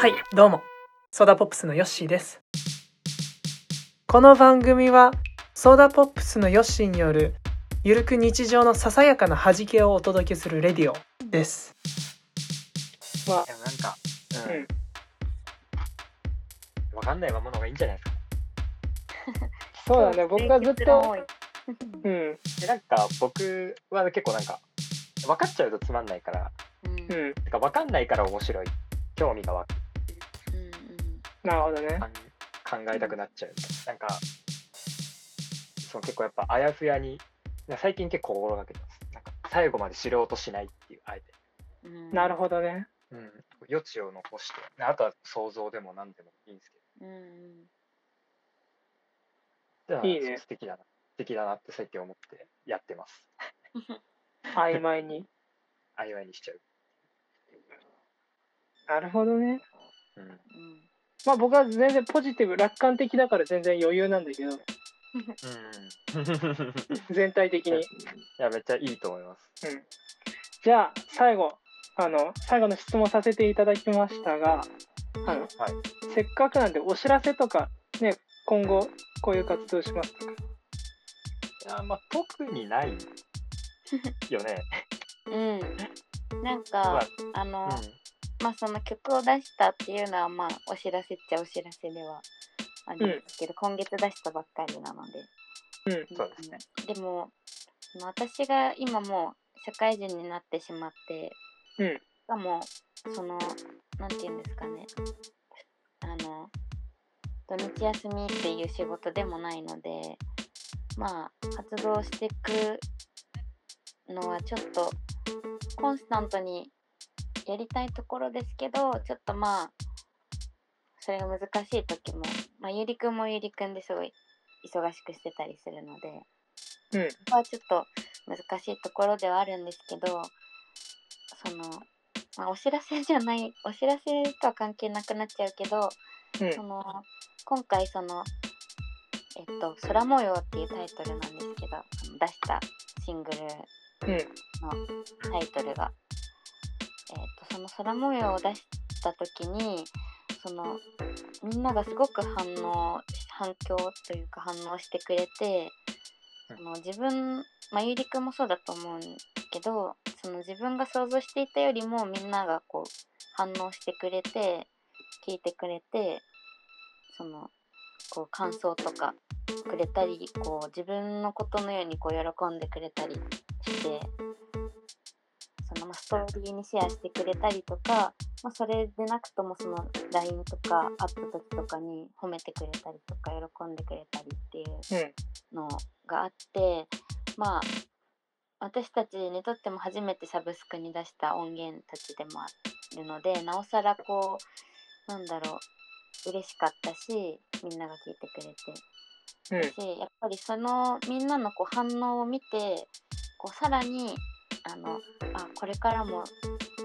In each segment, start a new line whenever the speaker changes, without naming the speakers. はいどうもソーダポップスのヨッシーですこの番組はソーダポップスのヨッシーによるゆるく日常のささやかな弾けをお届けするレディオですま
でもなんか、
あ、うん、
うん、わかんないままの方がいいんじゃないですか。
そうだね僕はずっ
結論多
と
い
うん
で、なんか僕は結構なんか、分かっちゃうとつまんないから、
うん
う
うん
ん
てか分かんないから面白い、興味が湧く
なるほどね
かん考えたくなっちゃう。なんか、そう結構やっぱあやふやに、なんか最近結構心がけてます。なんか最後まで知ろうとしないっていう、あえて。
うん
なるほどね
うん、余地を残して、であとは想像でも何でもいいんですけ
うんうん
ど、
いいね
そう素敵だな、素敵だなって最近思ってやってます。
曖昧に
あいわいにしちゃう。
なるほどね
うん、
まあ僕は全然ポジティブ楽観的だから全然余裕なんだけど
うん、
全体的に
いや、めっちゃいいと思います。
じゃあ最後あの最後の質問させていただきましたがあの、
はい
せっかくなんでお知らせとかね今後こういう活動しますとか
いや、まあ、特にないよね。
うんうんな
ま
んかあの、
あ、
まあその曲を出したっていうのはまあお知らせっちゃお知らせではあるんですけど、今月出したばっかりなので
うん、そうですね。
でもその私が今もう社会人になってしまって、
うん
しかもそのなんて言うんですかねあの土日休みっていう仕事でもないのでまあ活動していくのはちょっとコンスタントにやりたいところですけどちょっとまあそれが難しい時も、まあ、ゆりくんもゆりくんですごい忙しくしてたりするので、
うん
そこはちょっと難しいところではあるんですけどその、まあ、お知らせじゃないお知らせとは関係なくなっちゃうけど、
うん
その今回その「えっと、空模様」っていうタイトルなんですけどあの出したシングル
うん
タイトルが、えー、とその空模様を出した時にそのみんながすごく反応反響というか反応してくれてその自分まあゆりくんもそうだと思うんけどその自分が想像していたよりもみんながこう反応してくれて聞いてくれてそのこう感想とかくれたりこう自分のことのようにこう喜んでくれたりしてそのまあストーリーにシェアしてくれたりとか、まあ、それでなくともその LINE とかアップ時とかに褒めてくれたりとか喜んでくれたりっていうのがあってまあ私たちにとっても初めてサブスクに出した音源たちでもあるのでなおさらこうなんだろう嬉しかったしみんなが聞いてくれて
うん
しやっぱりそのみんなのこう反応を見てこうさらにあのあこれからも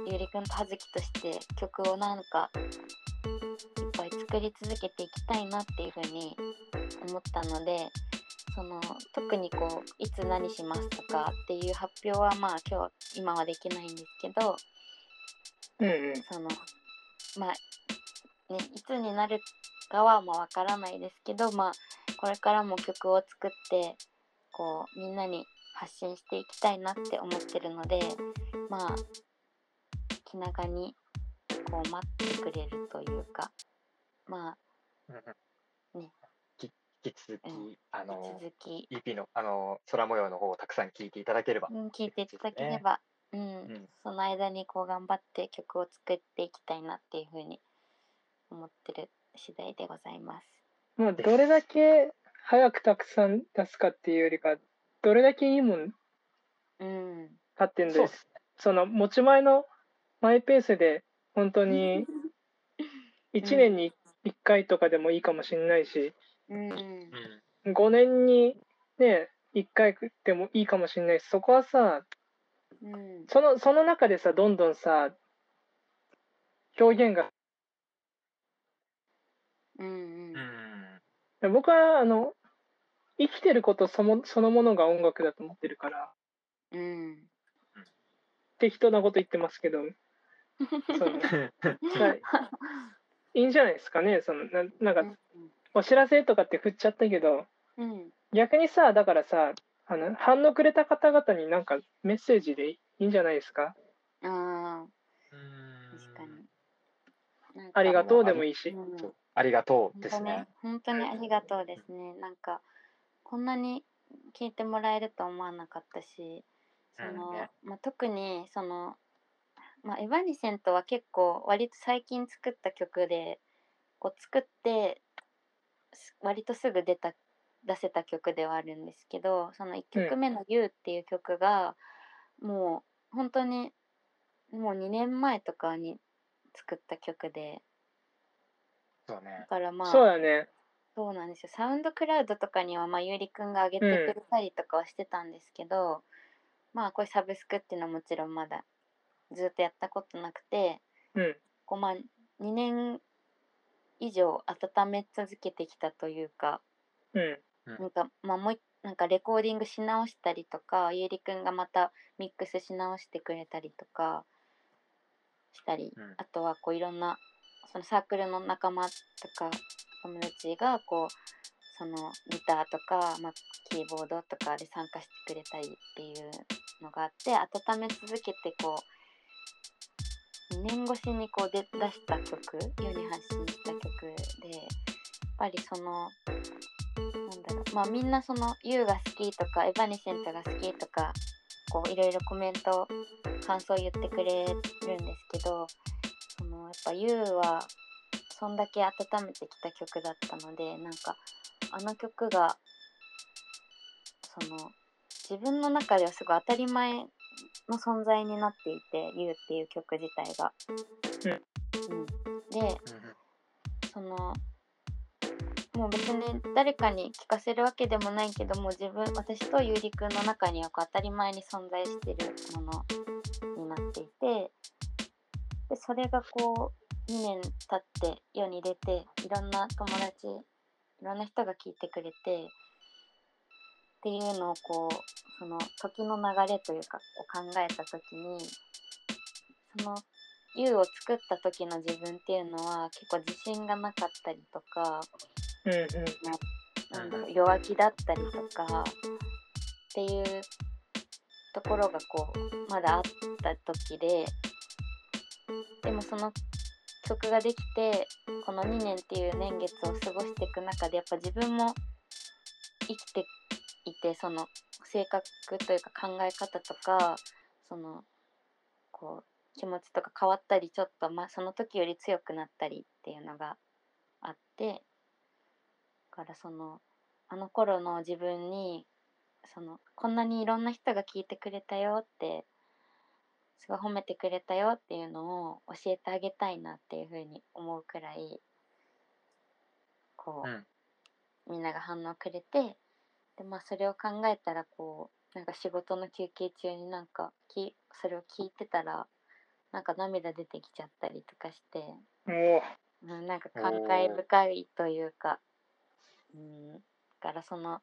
ゆりくんとはずきとして曲をなんかいっぱい作り続けていきたいなっていうふうに思ったのでその特にこういつ何しますとかっていう発表はまあ今日今はできないんですけど
うんうん
そのまあねいつになるかはまあわからないですけどまあこれからも曲を作ってこうみんなに発信していきたいなって思ってるのでまあ気長にこう待ってくれるというかまね
き引き続き、あ
あ引
の
き、続き、
EP の、あの、空模様の方をたくさん聞いていただければ。
うん、聞いていただければ、うん
うん
その間にこう頑張って曲を作っていきたいなっていうふうに思ってる次第でございます。
まあどれだけ早くたくさん出すかっていうよりかどれだけいいもん
うん
買ってん
そう
で
っ
す
す
その持ち前のマイペースで本当 に1年に1回とかでもいいかもしれないし、
うんうん
ね。うん。
5年にね1回でもいいかもしれないしそこはさ
うん
そのその中でさどんどんさ表現が
うん
うん。
僕はあの生きてることそもそのものが音楽だと思ってるから
うんうん
適当なこと言ってますけどそのだ
いいんじゃないですかねそのななん
う
か
ん
お知らせとかって振っちゃったけど
うん
逆にさだからさあの反応くれた方々になんかメッセージでいいんじゃないですか
うんああ
うん
確かになんか
ありがとうでもいいし
うん
そうありがとう
本
です
当
ね
ね。本当にありがとうですね。なんかこんなに聞いてもらえると思わなかったし、その、
うんね
まあ、特にそのまあエヴァニセントは結構割と最近作った曲で、こう作ってす割とすぐ出た出せた曲ではあるんですけど、その1曲目の「You」っていう曲が、もう本当にもう2年前とかに作った曲で、
そう
だ
ね。
からまあ。
そうだね
そうなんですよサウンドクラウドとかには、まあ、ゆうりくんが上げてくれたりとかはしてたんですけど、まあこれサブスクっていうのはもちろんまだずっとやったことなくて
うん
こう、まあ、2年以上温め続けてきたというか
うん
なんか,、まあ、もういなんかレコーディングし直したりとかゆうりくんがまたミックスし直してくれたりとかしたり
うん
あとはこういろんなそのサークルの仲間とか友達がこうそのギターとか、まあ、キーボードとかで参加してくれたりっていうのがあって温め続けてこう2年越しにこう出出した曲世に発信した曲でやっぱりそのなんだろうまあみんなその YOU が好きとかエヴァニセントが好きとかこういろいろコメント感想言ってくれるんですけどそのやっぱ YOU はそんだけ温めてきた曲だったのでなんかあの曲がその自分の中ではすごい当たり前の存在になっていて YOU っていう曲自体が。うん、でそのもう別に誰かに聞かせるわけでもないけども自分私とゆうりくんの中にはこう当たり前に存在してるものになっていてでそれがこう2年経って世に出ていろんな友達いろんな人が聞いてくれてっていうのをこうその時の流れというかを考えた時にその U を作った時の自分っていうのは結構自信がなかったりとか
うんうん
なんだろ
う
う弱気だったりとかっていうところがこうまだあった時ででもその曲ができてこの2年っていう年月を過ごしていく中でやっぱ自分も生きていてその性格というか考え方とかそのこう気持ちとか変わったりちょっと、まあ、その時より強くなったりっていうのがあってだからそのあの頃の自分にそのこんなにいろんな人が聞いてくれたよってすごい褒めてくれたよっていうのを教えてあげたいなっていうふうに思うくらいこう、
うん
みんなが反応くれてで、まあ、それを考えたらこうなんか仕事の休憩中になんかきそれを聞いてたらなんか涙出てきちゃったりとかして。
おー
うん、なんか
おー
感慨深いというか、うん、だからそのや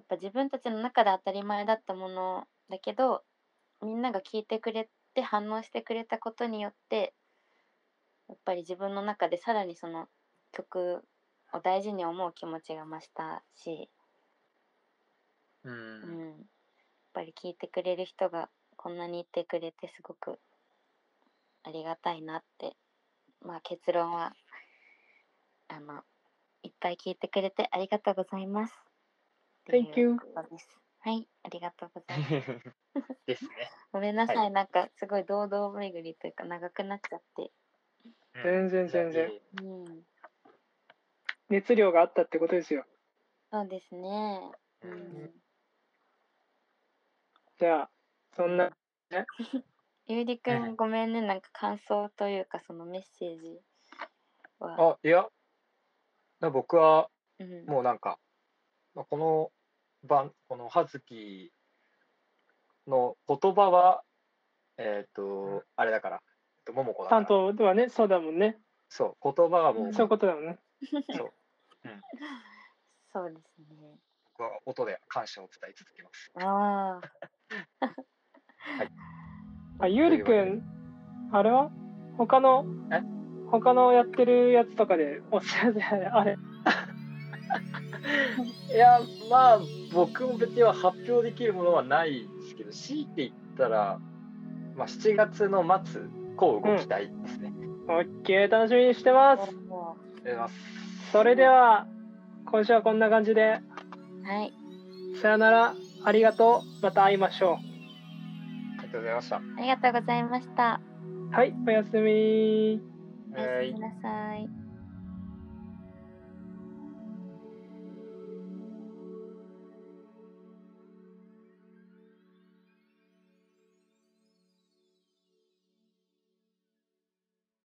っぱ自分たちの中で当たり前だったものだけどみんなが聞いてくれて反応してくれたことによってやっぱり自分の中でさらにその曲を大事に思う気持ちが増したし、
う。
うんん、やっぱり聞いてくれる人がこんなにいてくれてすごくありがたいなってまあ結論はあのいっぱい聞いてくれてありがとうございますっていう
Thank you
ことですはいありがとうご ざいます
ですね。
ごめんなさい、
は
なんかすごい堂々巡りというか長くなっちゃって
全然全然
うん
熱量があったってことですよ
そうですね
う
うんん
じゃあそんな
ゆうりく
うん
んごめんねなんか感想というかそのメッセージは
あ、いや、な僕は
うん
もうなんか、まあこの番、この葉月の言葉は、えっ、と、あれだから、えっと桃子だから。
担当はねそうだもんね
そう、言葉はもう、
そういうことだもんね
そう
そうですね
僕は音で感謝を伝え続けます。
ああ
あゆうりくんあれは他の
え
他のやってるやつとかでお知らせあれあれ
いや、まあ、僕も別には発表できるものはないですけど、強いて言ったら、まあ、7月の末、こう動きたいですね。
OK 楽しみにしてます
も
ありがとうございます
それでは今週はこんな感じで
うはい
さよならありがとうまた会いましょ
ありがとうございました。
ありがとうございました
うはいおやすみ
おやすみなさい